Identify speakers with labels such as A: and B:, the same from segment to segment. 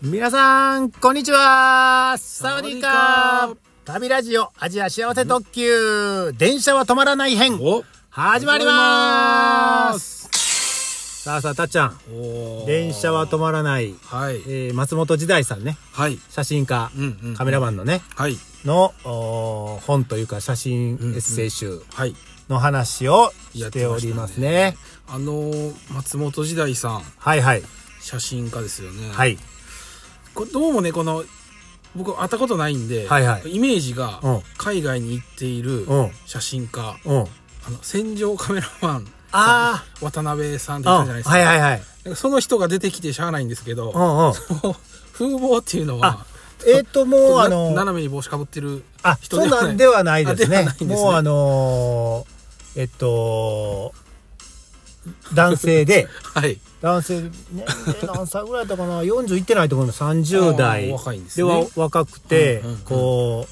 A: 皆さん、こんにちはサワディーカー旅ラジオアジア幸せ特急電車は止まらない編
B: お
A: 始まりますさあさあ、たっちゃん、
B: おー
A: 電車は止まらない、
B: はい
A: えー松本時代さんね、
B: はい
A: 写真家、
B: うんうん
A: カメラマンのね、
B: はい
A: のおー本というか写真エ
B: んうん
A: ッセイ集
B: はい
A: の話をし
B: やって
A: てお
B: ましたね
A: りますね。
B: あのー松本時代さん
A: はいはい。
B: 写真家ですよね
A: はいい。
B: これどうもねこの僕会ったことないんで、
A: はいはい
B: イメージが
A: うん
B: 海外に行っている
A: うん
B: 写真家、
A: うん。
B: あの戦場カメラマン
A: あ
B: 渡辺さんって
A: あ、
B: 言っ
A: う
B: た
A: ん
B: じゃないですか、
A: はいはいはい。
B: なんかその人が出てきてしゃあないんですけど、
A: うんうん。
B: 風貌っていうのは
A: あえっ、と、もう、
B: な
A: あの、
B: 斜めに帽子かぶってる
A: あ、
B: 人
A: そん
B: ではない
A: なんではないです
B: あでは
A: ね
B: ないん。ですね
A: もう、あのーえっと、男性で、
B: はい
A: 男性、ね、何歳ぐらいだったかな、40いってないと思うの、30代。
B: あー若いんですね
A: わ若くて、
B: うんうんうん
A: こ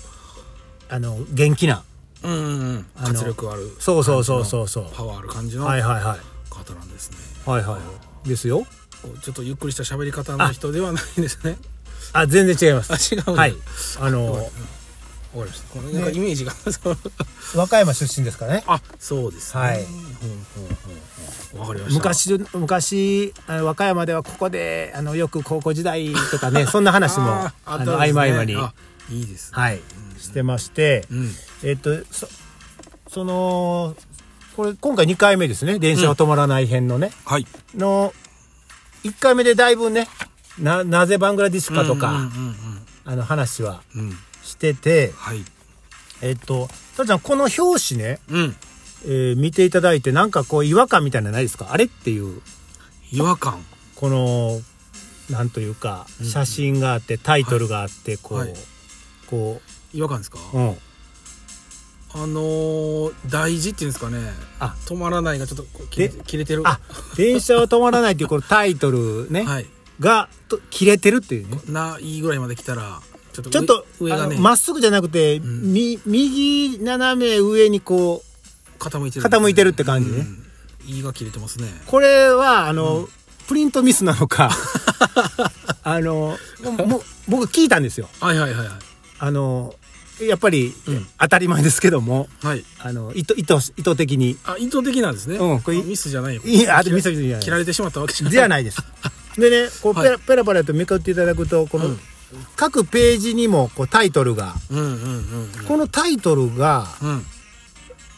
A: う、あの、元気な。
B: うんうんうん
A: あの
B: 活力ある
A: そうそうそうそうそう
B: 感じのパワーある感じの
A: はいはいはい。
B: 方なんですね、
A: はいはい。ですよ。
B: こうちょっとゆっくりした喋り方の人ではないんですね
A: あ、全然違いま
B: あ
A: す。
B: 違うんだ
A: はい
B: わ。
A: あの、
B: かりましたこのなんかイメージが、 そう
A: 和歌山出身ですからね。
B: あそうですね
A: はい
B: ほんほんほんほんわかりました
A: 昔の、昔、あの和歌山ではここで、あの、よく高校時代とかね、 そんな話も、あ
B: あーあった
A: の、
B: ん
A: 合
B: ですね
A: 間合間に、
B: あいいですね
A: はい、してまして、
B: うん
A: えっと、そ、その、これ、今回2回目ですね、電車は止まらない編のね、
B: はい
A: の、1回目でだいぶね、な、なぜバングラディスかとか、
B: うんうん
A: あの、話は
B: うんうんうん
A: してて、
B: はい
A: えっと、たっちゃん、この表紙ね、
B: うん
A: えー見ていただいて、なんかこう、違和感みたいなのないですかあれっていう。
B: 違和感
A: このなんというか写真があってタイトルがあってこう、
B: はい
A: こ
B: 違和感ですか、
A: う、うん、
B: あのー、大事っていうんですかね
A: あ
B: 止まらないがちょっとこう切れ
A: で
B: 切れてる
A: あ電車は止まらないっていうこのタイトルね、
B: はい
A: がと切れてるっていうね
B: ないいぐらいまで来たらちょっと
A: ちょっと
B: 上上がね、
A: あのまっすぐじゃなくて、
B: ん
A: み右斜め上にこ
B: 傾いて
A: う
B: る、
A: 傾いてるって感じね、
B: うん胃が切れてますね
A: これはあの、プリントミスなの かあのもも僕聞いたんですよ
B: はいはいはいは
A: あのやっぱり、
B: うん
A: 当たり前ですけども
B: いはい
A: あの意図意図意図的に
B: あ意図的なんですね、
A: うんこれ
B: あミスじゃないよ
A: いやあ
B: 切ら
A: ミスじゃない
B: 切られてしまったわけじゃない
A: ではない です。でね、こうペ
B: は
A: ラ、
B: い
A: ペラペラとめくっていただくと、この、
B: うん
A: 各ページにもこうタイトルが、
B: うんうんうんうん
A: このタイトルが
B: うん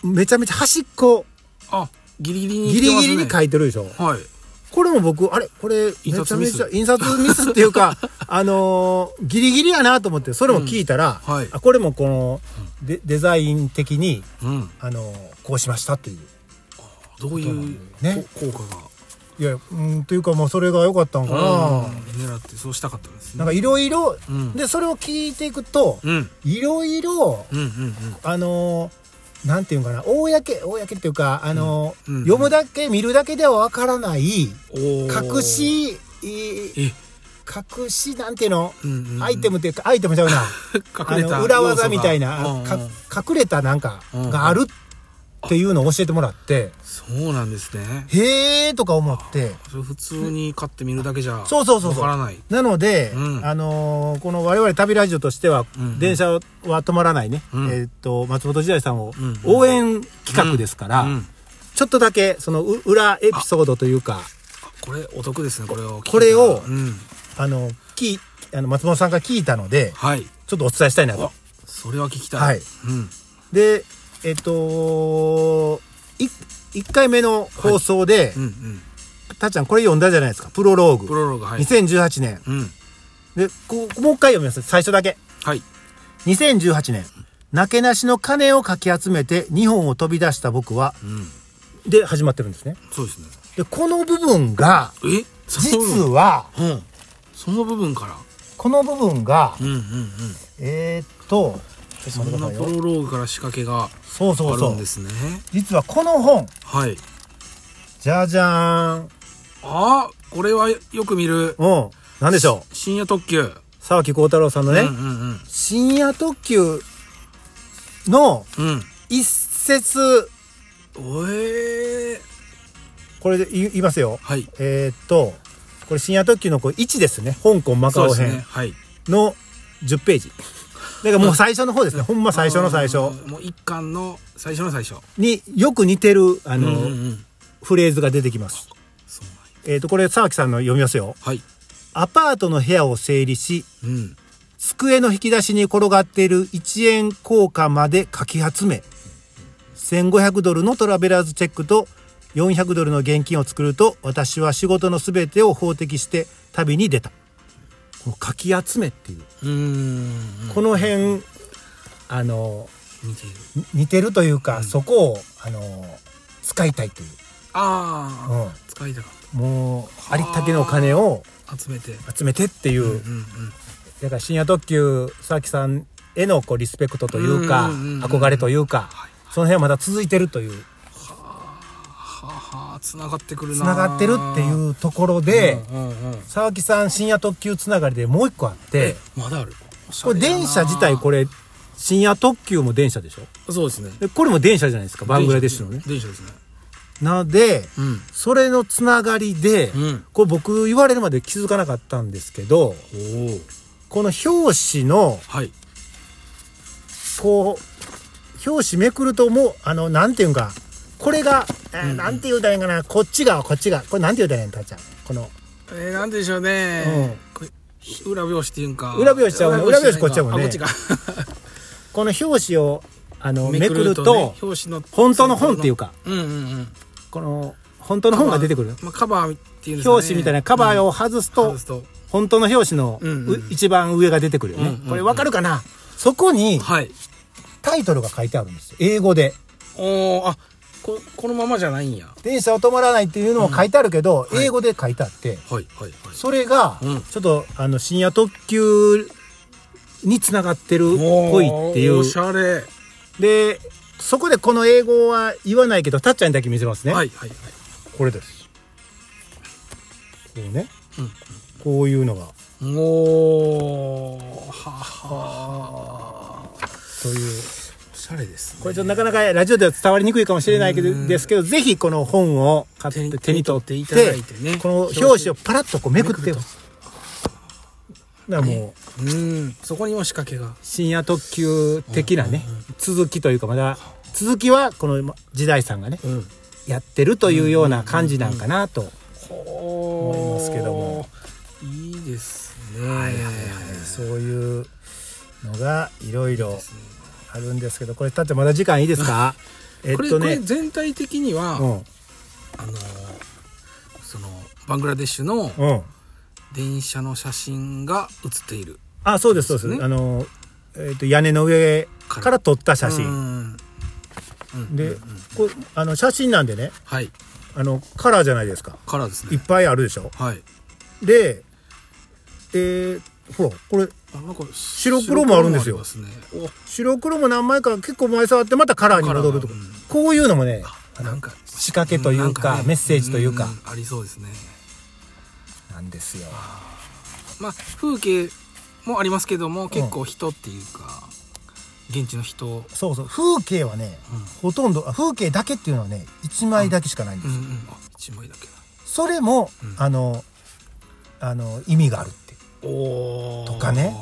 A: めちゃめちゃ端っこ、
B: あギリギリに
A: ギ
B: 来て
A: リ
B: ますね
A: ギリに書いてるでしょ。
B: はい
A: これも僕、あれこれ、め
B: 印
A: ちゃ
B: 刷
A: め
B: ミ
A: ち
B: ス
A: ゃ、印刷ミスっていうか、 あのーギリギリやなと思って、それも聞いたら、
B: うんはい
A: あこれもこのデ、デザイン的に、
B: うん
A: あのーこうしましたっていう。
B: どういう
A: ね
B: こ効果が
A: いや、うん、というかもうそれが良かったのかな。
B: 狙ってそうしたかったんですね
A: なんかいろいろ
B: うん、
A: で、それを聞いていくと、
B: うん
A: いろいろ、
B: うんうんうん
A: あのーなんていうんかな、公、公っていうか、あのー
B: うんうん
A: 読むだけ、見るだけではわからない、
B: おー
A: 隠し、い
B: え
A: 隠し、なんていうの、
B: うんうんうん
A: アイテムっていうか、アイテムちゃうな。
B: 隠
A: あ
B: れた
A: の、裏技みたい
B: 要素
A: な、
B: が
A: か
B: うんうん
A: 隠れたなんか
B: うんうん
A: があるっていうのを教えてもらって、
B: そうなんですね
A: へーとか思って、
B: それ普通に買ってみるだけじゃ
A: そうそうそうそう
B: わからない
A: なので、
B: うん
A: あのーこの我々旅ラジオとしては、
B: うんうん
A: 電車は止まらないね、
B: うん
A: えーっと、松本時代さんを
B: うんうん
A: 応援企画ですから、
B: うん
A: ちょっとだけ、そのう裏エピソードというか、
B: これお得ですねこれを聞いたら
A: これを
B: うん
A: あの、き、あの、松本さんが聞いたので、
B: はい
A: ちょっとお伝えしたいなと
B: あ。それは聞きたい
A: はい
B: うん
A: で、えっと、い、1回目の放送で、
B: うんうん
A: たっちゃんこれ読んだじゃないですか、プロロー
B: プ
A: グ。
B: ロローグはい
A: 2018年。
B: うん
A: で、こうもう一回読みます。最初だけ。
B: はい
A: 2018年。なけなしの金をかき集めて日本を飛び出した僕は、
B: うん
A: で始まってるんですね。
B: そうですね
A: で、この部分が、
B: え
A: 実
B: その
A: は、
B: うんその部分から
A: この部分が、
B: うんうんうん
A: えーっと、ち
B: そ
A: ょっ
B: ん
A: と
B: な
A: 待ってください
B: プ
A: よ
B: ロローグから仕掛けが
A: そう
B: あ
A: そうそ
B: るん
A: う
B: で。すね
A: 実はこの本、
B: はい
A: じゃじゃーん。
B: あこれはよく見る
A: うん。なんでしょう。
B: 深夜特急
A: 沢木幸太郎さんのね、
B: うんうん
A: 深夜特急の
B: うんうん
A: 一節、
B: おえー
A: これで言い言いますよ。
B: はい
A: えーっと、これ深夜特急のこう1ですね。香港マカ
B: そう
A: オ
B: ですね
A: 編
B: はい
A: の10ページ。だからもう最初の方ですね。ほんま最初の最
B: あ
A: 初
B: ーもう一巻の最初の最初
A: によく似てる、あの、
B: うんうんうん
A: フレーズが出てきます。
B: そうなんや
A: えっ、と、これ沢木さんの読みますよ。
B: はい
A: アパートの部屋を整理し、
B: うん
A: 机の引き出しに転がっている1円硬貨までかき集め1500ドルのトラベラーズチェックと400ドルの現金を作ると私は仕事のすべてを法的して旅に出たこのかき集めっていう、
B: うーん
A: この辺あの
B: 似てる
A: に似てるというか、そこをあの使いたいという、
B: ああ、
A: うん
B: 使いたかっ
A: もうありったけのお金を
B: た集めて
A: 集めてっていう、
B: うんうん
A: だから深夜特急佐々木さんへのこうリスペクトというか
B: うんうんうんうん
A: 憧れというか
B: はい
A: その辺はまだ続いてるという
B: はあはあ繋がってくる
A: つな
B: な
A: がってるって
B: う
A: いうところで
B: んうんうん
A: 佐々木さん深夜特急つながりでもう一個あって
B: まだあるおしゃ
A: これ
B: れやな
A: 電車自体これ深夜特急も電車でしょ
B: そうですね
A: でこれも電車じゃないですかバングラデシュのね
B: 電車ですね
A: なので
B: うん
A: それのつながりで
B: うん
A: これ僕言われるまで気づかなかったんですけど
B: おお
A: この表紙の
B: はい
A: こう表紙めくるともうあのなんていうんかこれが、えーなんて言うたらいいんかなこっちがこっちがこれなんて言うたらいいんたっちゃんこの
B: えー、なんでしょうね、
A: うん
B: これひ裏表紙っていうんか
A: 裏表紙ちゃうね
B: じない
A: 裏
B: かあこっ
A: 表
B: ち
A: 紙
B: か
A: この表紙をあ のめくると
B: ね表紙の
A: 本当の本っていうか
B: うんうんうん
A: この本当の本が出てくる、
B: まあ、カバーっていうんですかね
A: 表紙みたいなカバーを外すと、
B: 外すと
A: 本当の表紙の、
B: うんうん
A: う一番上が出てくるよね、
B: うんうんうん
A: これわかるかなそこに
B: はい
A: タイトルが書いてあるんですよ英語で
B: おーあここのままじゃないんや
A: 電車は止まらないっていうのも書いてあるけど、
B: うんはい
A: 英語で書いてあって、
B: はいはいはい
A: それが、
B: うん
A: ちょっと、あの、深夜特急につながってるっぽいっていう
B: おーお。しゃれ、
A: で、そこでこの英語は言わないけど、たっちゃんにだけ見せますね。
B: はいはいはい
A: これです。こうね。
B: うん
A: こういうのが、
B: おーはは
A: という。
B: おしゃれですね
A: これちょっとなかなかラジオでは伝わりにくいかもしれないけど、ですけど、ぜひこの本を買っ
B: 手
A: て
B: に
A: 手に取ってい
B: 手に
A: て
B: 取っていただいてね
A: この表紙をパラッとこうめくって。だ
B: めくる
A: か
B: と
A: らもう、
B: うんそこにも仕掛けが
A: 深夜特急的なね、続きというかまだ続きはこの時代さんがね、
B: うん
A: やってるというような感じなんかなと、思い
B: ほ
A: ますけども
B: いいですね
A: そういうのがいろいろあるんですけどこれだってまだ時間いいですかえっ
B: これ,、
A: と
B: これ
A: ね
B: 全体的には、
A: うん
B: あのそのバングラデシュの
A: うん
B: 電車の写真が写っている
A: あそうですそうです、
B: ですね
A: あの、えっと屋根の上から撮った写真、
B: うんうん
A: で、これあの写真なんでね
B: はい
A: あのカラーじゃないですか
B: からです
A: いっ
B: ね
A: ぱいあるでしょ
B: はい
A: でえーほらこれ
B: あなんか
A: 白黒もあるんですよ
B: 白黒もありますね
A: 白黒も何枚か結構前触ってまたカラーに戻るとか
B: カラーがうん
A: こういうのもね
B: おなんか
A: 仕掛けというか
B: なんね
A: メッセージというか
B: んありそうですね
A: なんですよ
B: まあ風景もありますけども結構人っていうか、現地の人
A: そうそう風景はね、ほとんどあ風景だけっていうのはね1枚だけしかないんで
B: う
A: す、
B: んうんあ一枚だけ
A: それも、
B: ん
A: あのあの意味があるって
B: お
A: とかね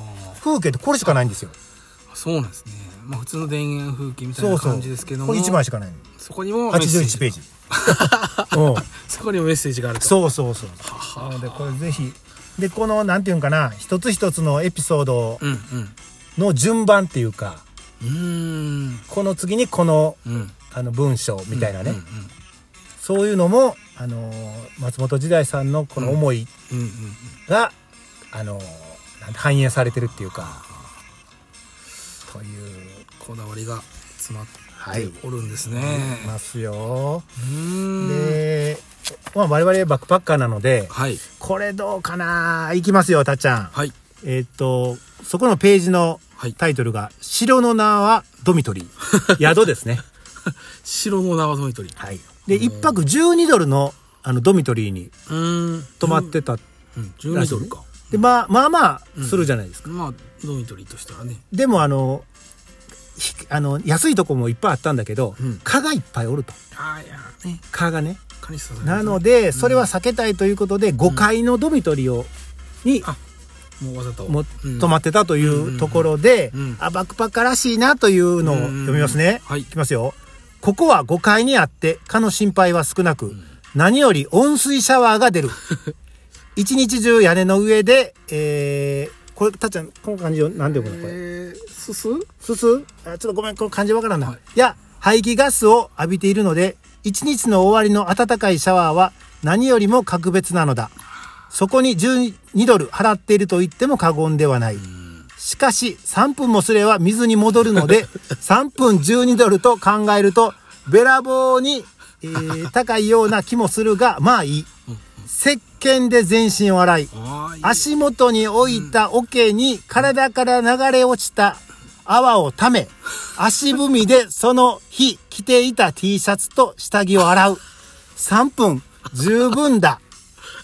A: 風景ってこれしかないんですよ
B: そうなんですねまあ普通の田園風景みたい
A: そう
B: な
A: そう
B: 感じですけども
A: これ1枚しかないの
B: そこにもメッセージ
A: 81ページうん
B: そこにもメッセージがあると
A: そうそうそう
B: は
A: な
B: は
A: のでこれぜひでこのなんていうんかな一つ一つのエピソード
B: うん
A: の順番っていうか
B: うんう
A: この次にこの
B: ーんうん
A: あの文章みたいなね、
B: うん
A: そういうのも、あのー松本時代さんのこの思い
B: うんうん
A: が、あのーなんて反映されてるっていうか、という、
B: こだわりが詰まって
A: はい
B: おるんですね、
A: ますよ。
B: うーん
A: で、まあ、我々バックパッカーなので、
B: はい
A: これどうかないきますよ、たっちゃん。
B: はい
A: えっと、そこのページの
B: はい
A: タイトルが、城の名はドミトリー。 宿ですね。
B: 城の縄ドミトリ
A: はい。で、一泊12ドルの、あの、ドミトリーに
B: うーん
A: 泊まってた。
B: うん12ドルか
A: で、まあ、まあまあ、するじゃないですか。
B: まあドミトリーとしたらね
A: でもあのひあの安いとこもいっぱいあったんだけど、
B: うん
A: 蚊がいっぱいおると
B: ああいやね
A: 蚊がね
B: 蚊に刺される
A: なのでそれは避けたいということで5階のドミトリーをに
B: あもうわざと
A: も
B: うん
A: 泊まってたというところで
B: うんうんうん
A: あバックパッカーらしいなというのを読みますね。
B: はい
A: いきますよ。ここは5階にあって蚊の心配は少なく、何より温水シャワーが出 る。一日中屋根の上で、えー、これ、たっちゃん、この感じを何で読むのこれ。
B: えー、すす
A: すすあちょっとごめん、この感じわからんない。
B: はい
A: い、や、排気ガスを浴びているので、一日の終わりの暖かいシャワーは何よりも格別なのだ。そこに12ドル払っていると言っても過言ではない。しかし、3分もすれば水に戻るので、3分12ドルと考えると、べらぼうに、えー高いような気もするが、まあいい。石鹸で全身を洗い、
B: あーいい
A: 足元に置いた桶に体から流れ落ちた泡をた め、足踏みでその日着ていた T シャツと下着を洗う。3分、十分 だ。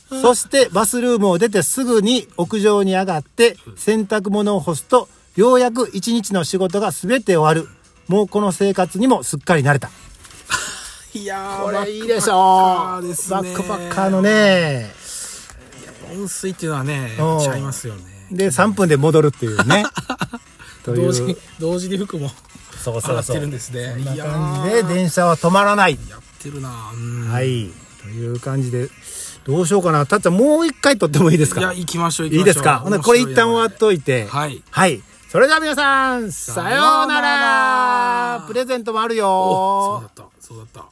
A: そしてバスルームを出てすぐに屋上に上がって洗濯物を干すと、ようやく一日の仕事が全て終わる。もうこの生活にもすっかり慣れた。
B: いやー
A: これいいでしょ
B: バックパッカーですね
A: バックパッカーのね。
B: 温水っていうのはね
A: うん
B: ちゃいますよね
A: で、3分で戻るっていう ね。という
B: 同時に同時に服も
A: そう
B: 洗ってるんですね
A: そん
B: い
A: な
B: や
A: 感
B: ー
A: じで電車は止まらない。
B: やってるなうん
A: はい。という感じで、どうしようかな。たっちゃん、もう一回撮ってもいいですか
B: いや行きましょう行きましょう
A: いいですかほなこれ一旦終わっといて。
B: はい
A: それでは皆さん、さような
B: さよう
A: ら
B: なら
A: プレゼントもある
B: おそう
A: よ
B: だったそうだった